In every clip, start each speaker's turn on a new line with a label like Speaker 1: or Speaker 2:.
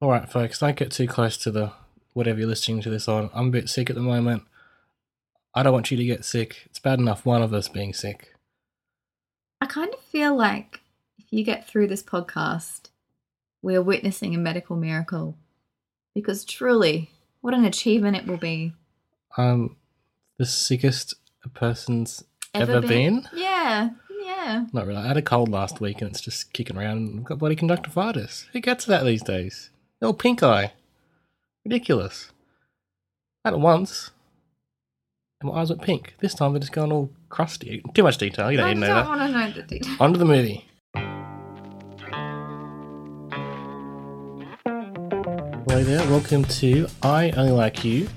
Speaker 1: All right, folks, don't get too close to the whatever you're listening to this on. I'm a bit sick at the moment. I don't want you to get sick. It's bad enough one of us being sick.
Speaker 2: I kind of feel like if you get through this podcast, we're witnessing a medical miracle. Because truly, what an achievement it will be.
Speaker 1: I'm the sickest a person's ever, been?
Speaker 2: Yeah, yeah.
Speaker 1: Not really. I had a cold last week and it's just kicking around and I've got bloody conductivitis. Who gets that these days? Little pink eye. Ridiculous. I had it once. And my eyes went pink. This time they're just gone all crusty. Too much detail. You don't
Speaker 2: I
Speaker 1: need to
Speaker 2: don't
Speaker 1: know that.
Speaker 2: want to know the details.
Speaker 1: On to the movie. Hello there, welcome to I Only Like You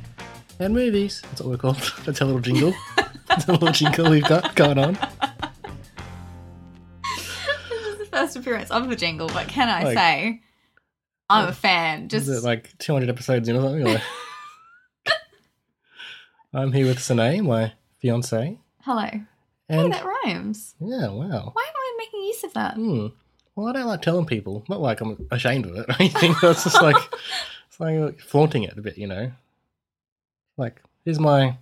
Speaker 1: and Movies. That's what we're called. That's our little jingle. That's a little jingle we've got going on.
Speaker 2: This is the first appearance of the jingle, but can I
Speaker 1: Like-
Speaker 2: say, I'm a fan. Just
Speaker 1: Is it like 200 episodes in or something? Or... I'm here with Sine, my fiance.
Speaker 2: hello. Hey,
Speaker 1: And
Speaker 2: that rhymes.
Speaker 1: yeah, wow.
Speaker 2: Why aren't we making use of that?
Speaker 1: Hmm. Well, I don't like telling people. Not like I'm ashamed of it or anything. but It's just like it's like flaunting it a bit, you know. Like here's my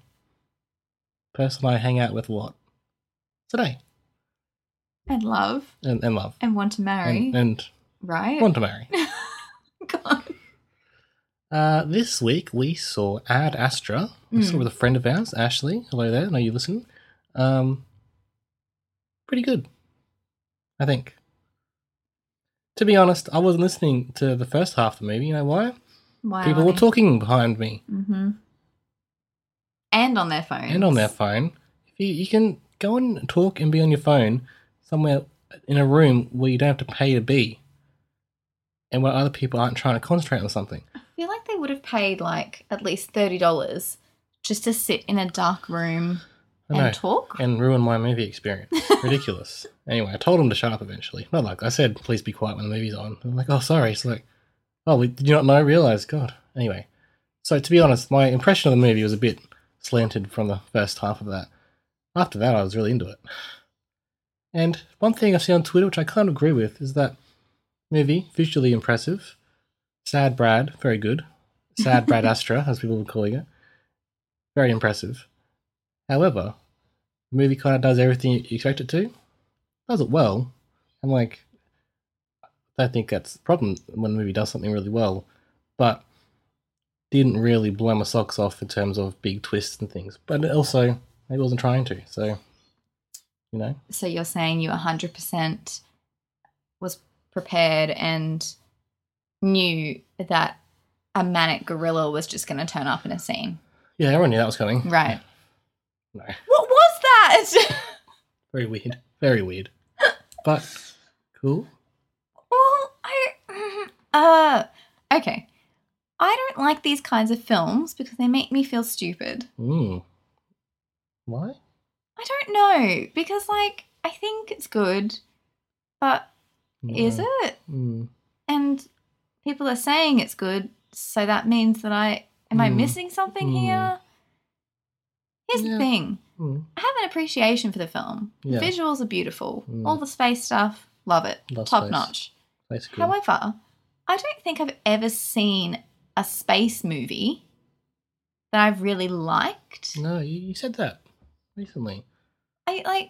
Speaker 1: person I hang out with. What today
Speaker 2: And love
Speaker 1: and, and love
Speaker 2: and want to marry,
Speaker 1: and, and
Speaker 2: right?
Speaker 1: want to marry.
Speaker 2: God.
Speaker 1: Uh, this week we saw Ad Astra. We saw it with a friend of ours, Ashley. Hello there. I know you listen. Um, pretty good, I think. To be honest, I wasn't listening to the first half of the movie. You know why?
Speaker 2: Why
Speaker 1: People were talking behind me
Speaker 2: Mm-hmm. And on their phones.
Speaker 1: and on their phone. If you, you can go and talk and be on your phone somewhere in a room where you don't have to pay to be, and where other people aren't trying to concentrate on something.
Speaker 2: I feel like they would have paid like at least thirty dollars just to sit in a dark room
Speaker 1: I
Speaker 2: and
Speaker 1: know.
Speaker 2: talk.
Speaker 1: and ruin my movie experience. Ridiculous. anyway, I told him to shut up eventually. Not like I said, please be quiet when the movie's on. I'm like, oh, sorry. It's like, oh, we, did you not know? I realized. God. Anyway, so to be honest, my impression of the movie was a bit slanted from the first half of that. After that, I was really into it. And one thing I see on Twitter, which I kind of agree with, is that movie visually impressive. Sad Brad, very good. Sad Brad Astra, as people were calling it, very impressive. However, the movie kind of does everything you expect it to, does it well. And like, I don't think that's the problem when a movie does something really well, but didn't really blow my socks off in terms of big twists and things. But it also, it wasn't trying to, so you know,
Speaker 2: So you're saying you hundred percent was prepared and knew that a manic gorilla was just gonna turn up in a scene.
Speaker 1: yeah, everyone knew that was coming.
Speaker 2: Right.
Speaker 1: No,
Speaker 2: What was that?
Speaker 1: very weird, very weird, but cool.
Speaker 2: Well, I uh okay. I don't like these kinds of films because they make me feel stupid.
Speaker 1: Mm. Why?
Speaker 2: I don't know because like I think it's good, but is
Speaker 1: No.
Speaker 2: it?
Speaker 1: Mm.
Speaker 2: And people are saying it's good, so that means that I am I
Speaker 1: Mm.
Speaker 2: missing something
Speaker 1: Mm.
Speaker 2: here? Here's
Speaker 1: Yeah.
Speaker 2: the thing.
Speaker 1: Mm.
Speaker 2: I have an appreciation for the film.
Speaker 1: Yeah.
Speaker 2: The visuals are beautiful.
Speaker 1: Mm.
Speaker 2: All the space stuff, love it.
Speaker 1: Love
Speaker 2: Top
Speaker 1: space.
Speaker 2: notch.
Speaker 1: Basically,
Speaker 2: However, I don't think I've ever seen a space movie that I've really liked.
Speaker 1: no, you, you said that recently.
Speaker 2: I like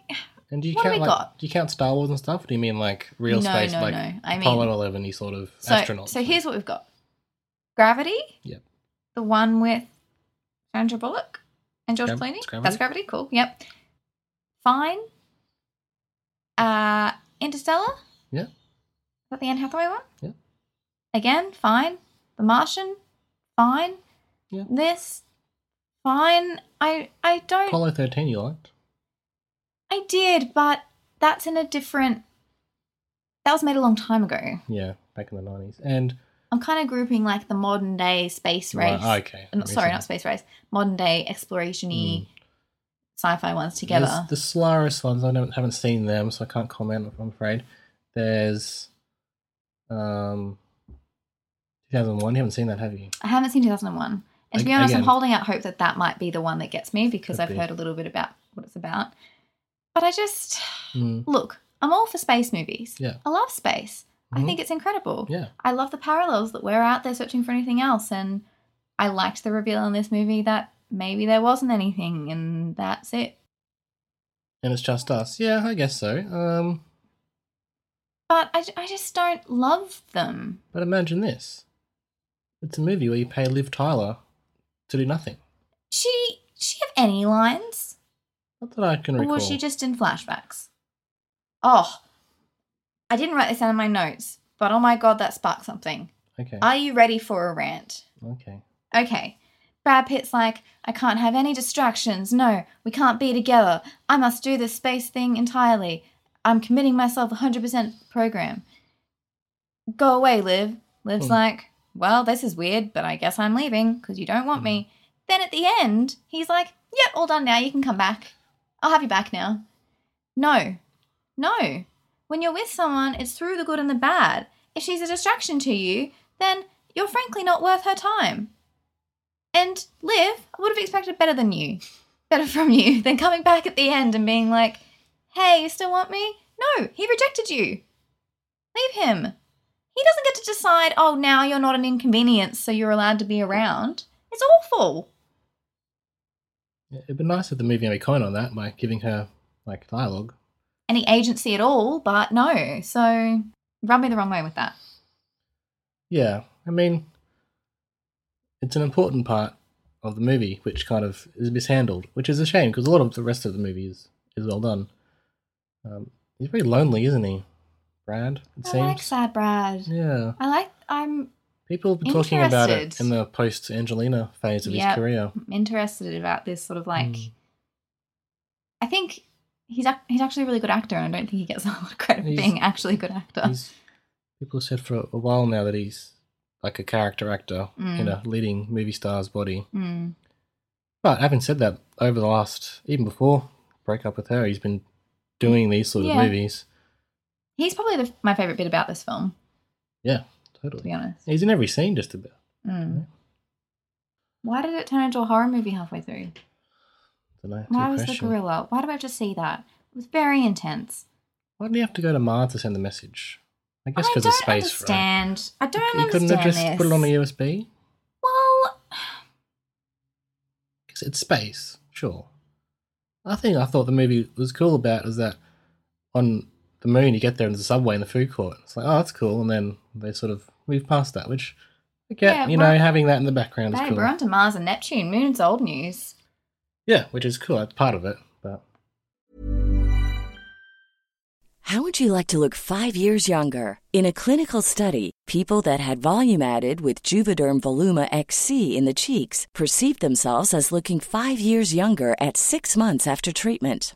Speaker 1: And do you
Speaker 2: What have
Speaker 1: count
Speaker 2: we
Speaker 1: like
Speaker 2: got?
Speaker 1: do you count Star Wars and stuff? Or do you mean like real
Speaker 2: No,
Speaker 1: space,
Speaker 2: no,
Speaker 1: like
Speaker 2: no. I mean-
Speaker 1: Apollo Eleven, y sort of
Speaker 2: so.
Speaker 1: astronauts?
Speaker 2: So here's what we've got: Gravity,
Speaker 1: Yep.
Speaker 2: the one with Sandra Bullock and George
Speaker 1: Grav-
Speaker 2: Clooney.
Speaker 1: it's Gravity?
Speaker 2: That's Gravity. Cool. Yep. Fine. Uh, Interstellar. Is
Speaker 1: yeah,
Speaker 2: that the Anne Hathaway one?
Speaker 1: Yep.
Speaker 2: Again, fine. The Martian. Fine.
Speaker 1: Yeah.
Speaker 2: This. Fine. I I don't.
Speaker 1: Apollo Thirteen. You liked?
Speaker 2: I did, but that's in a different that was made a long time ago.
Speaker 1: Yeah, back in the nineties. And
Speaker 2: I'm kind of grouping like the modern day space race.
Speaker 1: Right, okay.
Speaker 2: Uh, no,
Speaker 1: that
Speaker 2: sorry,
Speaker 1: makes sense.
Speaker 2: not space race. Modern day exploration y
Speaker 1: Hmm.
Speaker 2: sci fi ones together.
Speaker 1: There's the Solaris ones. I don't haven't seen them, so I can't comment. I'm afraid. There's, um, 2001. You haven't seen that, have you?
Speaker 2: I haven't seen 2001. And to be
Speaker 1: Ag-
Speaker 2: honest, I'm
Speaker 1: again.
Speaker 2: holding out hope that that might be the one that gets me because
Speaker 1: Could
Speaker 2: I've
Speaker 1: be.
Speaker 2: heard a little bit about what it's about. But I just
Speaker 1: Mm,
Speaker 2: look, I'm all for space movies.
Speaker 1: Yeah.
Speaker 2: I love space. I
Speaker 1: Mhm.
Speaker 2: think it's incredible.
Speaker 1: yeah.
Speaker 2: I love the parallels that we're out there searching for anything else. And I liked the reveal in this movie that maybe there wasn't anything and that's it.
Speaker 1: And it's just us. Yeah, I guess so. Um,
Speaker 2: But I, I just don't love them.
Speaker 1: but imagine this. It's a movie where you pay Liv Tyler to do nothing.
Speaker 2: She she have any lines?
Speaker 1: Not that I can
Speaker 2: Or
Speaker 1: recall.
Speaker 2: was she just in flashbacks? Oh, I didn't write this down in my notes, but oh my god, that sparked something.
Speaker 1: Okay.
Speaker 2: Are you ready for a rant?
Speaker 1: okay.
Speaker 2: Okay. Brad Pitt's like, I can't have any distractions. No, we can't be together. I must do this space thing entirely. I'm committing myself 100% program. Go away, Liv. Liv's
Speaker 1: Hmm.
Speaker 2: like, well, this is weird, but I guess I'm leaving because you don't want me. Then at the end, he's like, yep, all done now. You can come back. I'll have you back now. No, no. When you're with someone, it's through the good and the bad. If she's a distraction to you, then you're frankly not worth her time. And Liv, I would have expected better than you, better from you, than coming back at the end and being like, hey, you still want me? No, he rejected you. Leave him. He doesn't get to decide, oh, now you're not an inconvenience, so you're allowed to be around. It's awful.
Speaker 1: Yeah, it'd be nice if the movie made a comment on that by giving her like dialogue.
Speaker 2: Any agency at all, but no. So rub me the wrong way with that.
Speaker 1: Yeah, I mean, it's an important part of the movie, which kind of is mishandled, which is a shame because a lot of the rest of the movie is, is well done. Um, he's very lonely, isn't he, Brad? It
Speaker 2: I
Speaker 1: seems.
Speaker 2: like Sad Brad.
Speaker 1: Yeah,
Speaker 2: I like, I'm
Speaker 1: people have been talking about it
Speaker 2: Interested.
Speaker 1: in the post Angelina phase of
Speaker 2: Yep.
Speaker 1: his career.
Speaker 2: interested about this sort of like,
Speaker 1: Mm.
Speaker 2: I think he's ac- he's actually a really good actor, and I don't think he gets a lot of credit for
Speaker 1: He's-
Speaker 2: being actually a good actor.
Speaker 1: He's, people have said for a while now that he's like a character actor in a leading movie star's body.
Speaker 2: Mm.
Speaker 1: But having said that, over the last even before breakup with her, he's been doing these sort
Speaker 2: Yeah.
Speaker 1: of movies.
Speaker 2: He's probably the, my favorite bit about this film,
Speaker 1: Yeah,
Speaker 2: to be
Speaker 1: totally.
Speaker 2: honest.
Speaker 1: He's in every scene just about.
Speaker 2: Mm. Why did it turn into a horror movie halfway through?
Speaker 1: Don't know.
Speaker 2: Why was the gorilla? Why do I have to see that? It was very intense.
Speaker 1: Why did he have to go to Mars to send the message? I guess
Speaker 2: I
Speaker 1: because
Speaker 2: don't
Speaker 1: of space, right?
Speaker 2: understand. I don't
Speaker 1: He
Speaker 2: understand
Speaker 1: couldn't have just
Speaker 2: this.
Speaker 1: put it on a USB
Speaker 2: well,
Speaker 1: because it's space. Sure. I think I thought the movie was cool about is that on the moon you get there and there's a subway in the food court. It's like oh that's cool, and then they sort of move past that, which I get.
Speaker 2: Yeah,
Speaker 1: you
Speaker 2: well-
Speaker 1: know, having that in the background is
Speaker 2: babe,
Speaker 1: cool.
Speaker 2: we're onto Mars and Neptune. Moon's old news.
Speaker 1: Yeah, which is cool. That's part of it, but
Speaker 3: How would you like to look five years younger? In a clinical study, people that had volume added with Juvederm Voluma XC in the cheeks perceived themselves as looking five years younger at six months after treatment.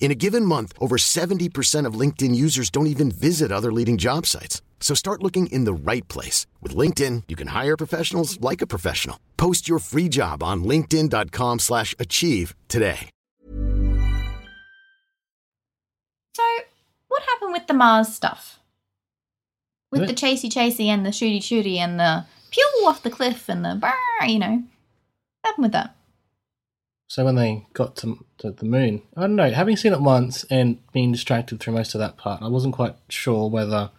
Speaker 4: In a given month, over 70% of LinkedIn users don't even visit other leading job sites. So start looking in the right place. With LinkedIn, you can hire professionals like a professional. Post your free job on linkedin.com/achieve slash achieve today.
Speaker 2: problem with the Mars stuff. With
Speaker 1: Really?
Speaker 2: the chasey chasey and the shooty shooty and the pew off the cliff and the brr, you know. Problem with that.
Speaker 1: So when they got to, to the moon, I don't know. Having seen it once and being distracted through most of that part, I wasn't quite sure whether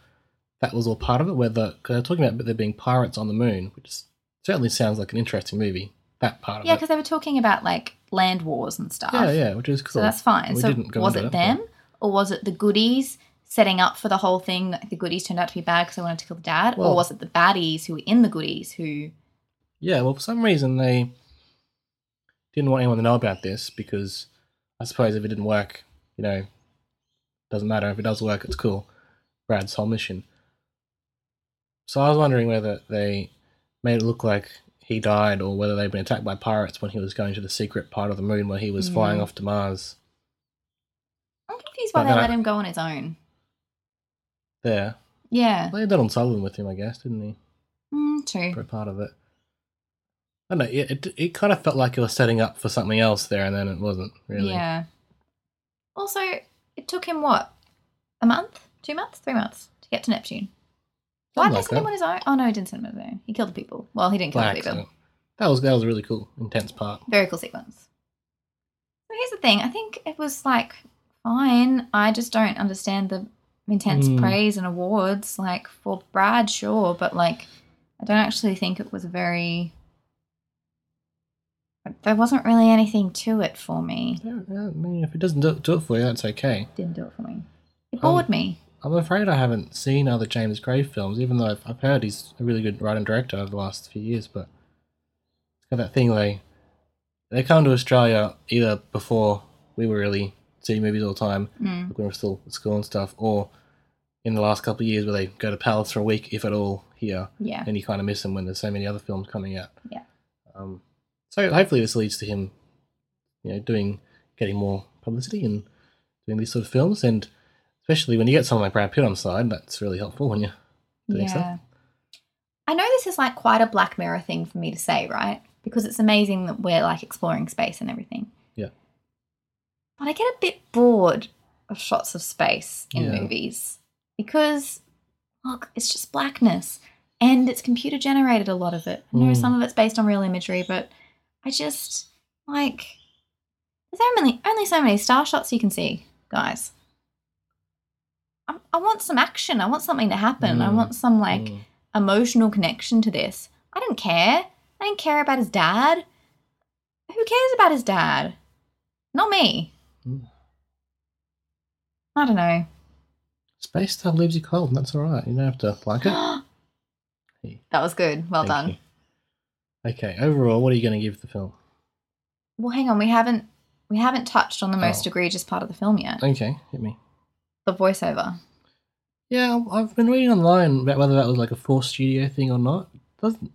Speaker 1: that was all part of it. Whether because they're talking about there being pirates on the moon, which certainly sounds like an interesting movie. That part of
Speaker 2: Yeah,
Speaker 1: it.
Speaker 2: because they were talking about like land wars and stuff.
Speaker 1: yeah, yeah, which is cool.
Speaker 2: So that's fine.
Speaker 1: We
Speaker 2: so
Speaker 1: didn't go
Speaker 2: was
Speaker 1: into
Speaker 2: it
Speaker 1: that part.
Speaker 2: them or was it the goodies setting up for the whole thing? Like the goodies turned out to be bad because they wanted to kill the dad,
Speaker 1: Well-
Speaker 2: or was it the baddies who were in the goodies who?
Speaker 1: Yeah, well, for some reason they didn't want anyone to know about this because I suppose if it didn't work, you know, doesn't matter. If it does work, it's cool. Brad's whole mission. So I was wondering whether they made it look like he died or whether they'd been attacked by pirates when he was going to the secret part of the moon where he was
Speaker 2: Mm.
Speaker 1: flying off to Mars
Speaker 2: I'm confused why
Speaker 1: But
Speaker 2: they
Speaker 1: then I-
Speaker 2: let him go on his own.
Speaker 1: there.
Speaker 2: Yeah,
Speaker 1: They had Donald Sutherland with him, I guess, didn't he?
Speaker 2: mm, true.
Speaker 1: for a part of it. I don't know. It, it, it kind of felt like it was setting up for something else there and then it wasn't, really.
Speaker 2: Yeah. Also, it took him what? A month? Two months? Three months to get to Neptune. Why
Speaker 1: Something
Speaker 2: did they
Speaker 1: like
Speaker 2: send him
Speaker 1: that.
Speaker 2: on his own? Oh no, he didn't send him on his own. He killed the people. Well, he didn't kill
Speaker 1: By
Speaker 2: the people.
Speaker 1: accident. That was that was a really cool, intense part.
Speaker 2: Very cool sequence. So here's the thing. I think it was like fine. I just don't understand the intense
Speaker 1: Mm.
Speaker 2: praise and awards like for Brad, sure, but like I don't actually think it was very. There wasn't really anything to it for me.
Speaker 1: Yeah, yeah, I mean, if it doesn't do, do it for you, that's okay.
Speaker 2: Didn't do it for me. It
Speaker 1: Um,
Speaker 2: bored me.
Speaker 1: I'm afraid I haven't seen other James Gray films, even though I've, I've heard he's a really good writer and director over the last few years. But it's got that thing where they come to Australia either before we were really seeing movies all the time,
Speaker 2: Mm.
Speaker 1: like when we were still at school and stuff, or in the last couple of years where they go to Palace for a week, if at all, here.
Speaker 2: Yeah.
Speaker 1: And you kind of miss him when there's so many other films coming out.
Speaker 2: Yeah.
Speaker 1: Um, so hopefully this leads to him, you know, doing getting more publicity and doing these sort of films, and especially when you get someone like Brad Pitt on the side, that's really helpful when you're doing stuff.
Speaker 2: Yeah. I know this is like quite a Black Mirror thing for me to say, right? Because it's amazing that we're like exploring space and everything.
Speaker 1: Yeah.
Speaker 2: But I get a bit bored of shots of space in
Speaker 1: Yeah.
Speaker 2: movies because, look, it's just blackness and it's computer generated, a lot of it. I know
Speaker 1: Mm.
Speaker 2: some of it's based on real imagery, but I just like, there's only, only so many star shots you can see, guys. I, I want some action. I want something to happen. I
Speaker 1: Mm.
Speaker 2: want some like
Speaker 1: Mm.
Speaker 2: emotional connection to this. I didn't care. I didn't care about his dad. Who cares about his dad? Not me.
Speaker 1: Mm.
Speaker 2: I don't know.
Speaker 1: Space stuff leaves you cold, and that's all right. You don't have to like it. Hey,
Speaker 2: That was good. Well
Speaker 1: thank
Speaker 2: done.
Speaker 1: you. Okay, overall, what are you going to give the film?
Speaker 2: Well, hang on. We haven't we haven't touched on the most
Speaker 1: Oh.
Speaker 2: egregious part of the film yet.
Speaker 1: Okay, hit me.
Speaker 2: The voiceover.
Speaker 1: Yeah, I- I've been reading online about whether that was like a forced studio thing or not. Doesn't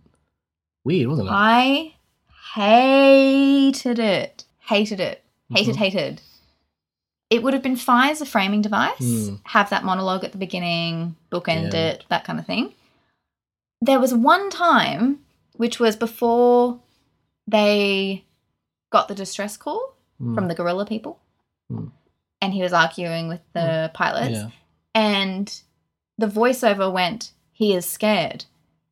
Speaker 1: weird, wasn't it?
Speaker 2: I hated it. Hated it. Hated,
Speaker 1: Mhm.
Speaker 2: hated. It would have been fine as a framing device,
Speaker 1: Mm.
Speaker 2: have that monologue at the beginning, bookend
Speaker 1: Yeah.
Speaker 2: it, that kind of thing. There was one time, which was before they got the distress call
Speaker 1: Mm.
Speaker 2: from the gorilla people,
Speaker 1: Mm.
Speaker 2: and he was arguing with the pilots
Speaker 1: yeah.
Speaker 2: and the voiceover went, "He is scared."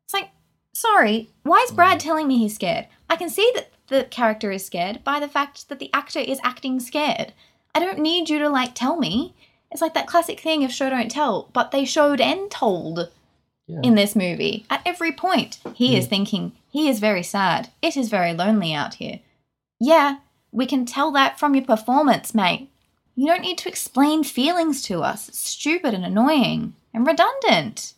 Speaker 2: It's like, sorry, why is Brad telling me he's scared? I can see that the character is scared by the fact that the actor is acting scared. I don't need you to like tell me. It's like that classic thing of show don't tell, but they showed and told
Speaker 1: yeah.
Speaker 2: in this movie. At every point, he is thinking, he is very sad. It is very lonely out here. Yeah, we can tell that from your performance, mate. You don't need to explain feelings to us. It's stupid and annoying and redundant,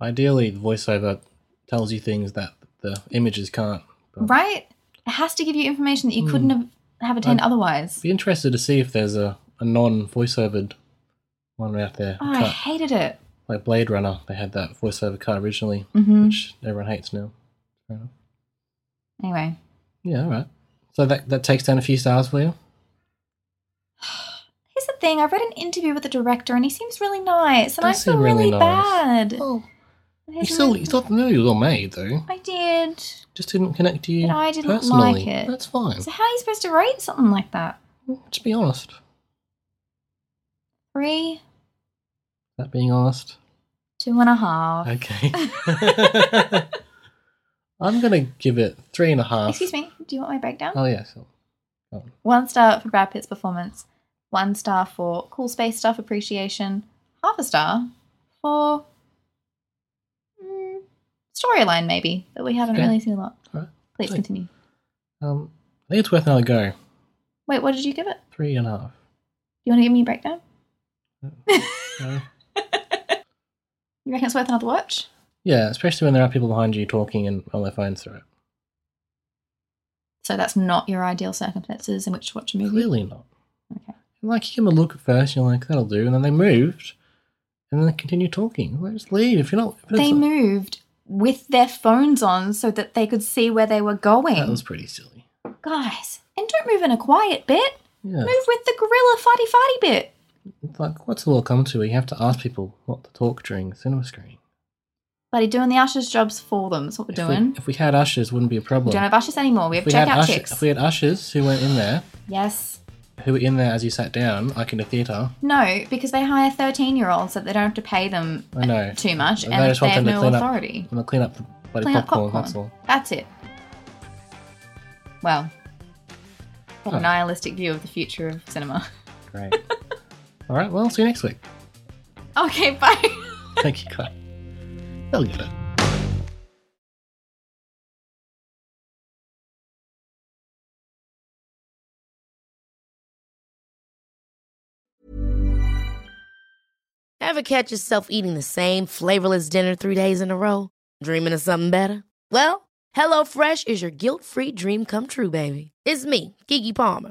Speaker 1: Ideally, the voiceover tells you things that the images can't. But
Speaker 2: right? It has to give you information that you couldn't
Speaker 1: Hmm.
Speaker 2: have, have attained
Speaker 1: I-
Speaker 2: otherwise.
Speaker 1: Be interested to see if there's a, a non voiceovered one out there.
Speaker 2: Oh, I
Speaker 1: Cut.
Speaker 2: hated it.
Speaker 1: Like Blade Runner, they had that voiceover cut originally,
Speaker 2: hmm
Speaker 1: which everyone hates now. Fair enough.
Speaker 2: Anyway,
Speaker 1: Yeah, all right. So that that takes down a few stars for you.
Speaker 2: here's the thing. I read an interview with the director, and he seems really nice, and I
Speaker 1: Does seem
Speaker 2: feel really,
Speaker 1: really nice.
Speaker 2: bad.
Speaker 1: Well, you
Speaker 2: Here's
Speaker 1: still
Speaker 2: my-
Speaker 1: you still have to know it was all made though.
Speaker 2: I did.
Speaker 1: Just didn't connect to you
Speaker 2: And I didn't like
Speaker 1: personally.
Speaker 2: it.
Speaker 1: That's fine.
Speaker 2: So how are you supposed to rate something like that?
Speaker 1: Just be honest.
Speaker 2: Three
Speaker 1: That being honest.
Speaker 2: Two and a half.
Speaker 1: Okay. I'm gonna give it three and a half.
Speaker 2: Excuse me, do you want my breakdown?
Speaker 1: Oh yeah, so
Speaker 2: One star for Brad Pitt's performance. One star for cool space stuff appreciation. Half a star for mm, storyline, maybe that we haven't
Speaker 1: Okay.
Speaker 2: really seen a lot.
Speaker 1: alright.
Speaker 2: Please
Speaker 1: Hey.
Speaker 2: continue.
Speaker 1: Um I think it's worth another go.
Speaker 2: Wait, what did you give it?
Speaker 1: Three and a half.
Speaker 2: You want to give me a breakdown?
Speaker 1: No?
Speaker 2: You reckon it's worth another watch?
Speaker 1: yeah, especially when there are people behind you talking and on their phones through it.
Speaker 2: So that's not your ideal circumstances in which to watch a movie.
Speaker 1: Clearly not.
Speaker 2: Okay.
Speaker 1: And, like you give them a look at first, and you're like, that'll do, and then they moved. And then they continue talking. Like, just leave if you're not if
Speaker 2: They
Speaker 1: it's-
Speaker 2: moved with their phones on so that they could see where they were going.
Speaker 1: That was pretty silly.
Speaker 2: Guys, and don't move in a quiet bit.
Speaker 1: Yeah.
Speaker 2: Move with the gorilla farty farty bit.
Speaker 1: It's like what's the world come to where you have to ask people what to talk during the cinema screen?
Speaker 2: Buddy, doing the ushers' jobs for them. That's what we're
Speaker 1: If we-
Speaker 2: doing.
Speaker 1: If we, had ushers, wouldn't be a problem.
Speaker 2: We don't have ushers anymore. We have
Speaker 1: if we had
Speaker 2: checkout
Speaker 1: usher-
Speaker 2: chicks.
Speaker 1: If we had ushers who went in there,
Speaker 2: Yes.
Speaker 1: who were in there as you sat down, like in a theatre,
Speaker 2: No, because they hire 13 year olds so they don't have to pay them
Speaker 1: I know.
Speaker 2: too much
Speaker 1: I
Speaker 2: and
Speaker 1: just
Speaker 2: they
Speaker 1: want them
Speaker 2: have
Speaker 1: to
Speaker 2: no
Speaker 1: clean up-
Speaker 2: authority.
Speaker 1: I'm gonna clean up the bloody
Speaker 2: Clean up
Speaker 1: popcorn,
Speaker 2: popcorn.
Speaker 1: That's all.
Speaker 2: That's it. Well, what a
Speaker 1: Oh.
Speaker 2: nihilistic view of the future of cinema.
Speaker 1: Great. all right. Well, see you next week.
Speaker 2: Okay, bye.
Speaker 1: Thank you, guys. They'll get it.
Speaker 5: Ever catch yourself eating the same flavorless dinner three days in a row? Dreaming of something better? Well, HelloFresh is your guilt free dream come true, baby. It's me, Gigi Palmer.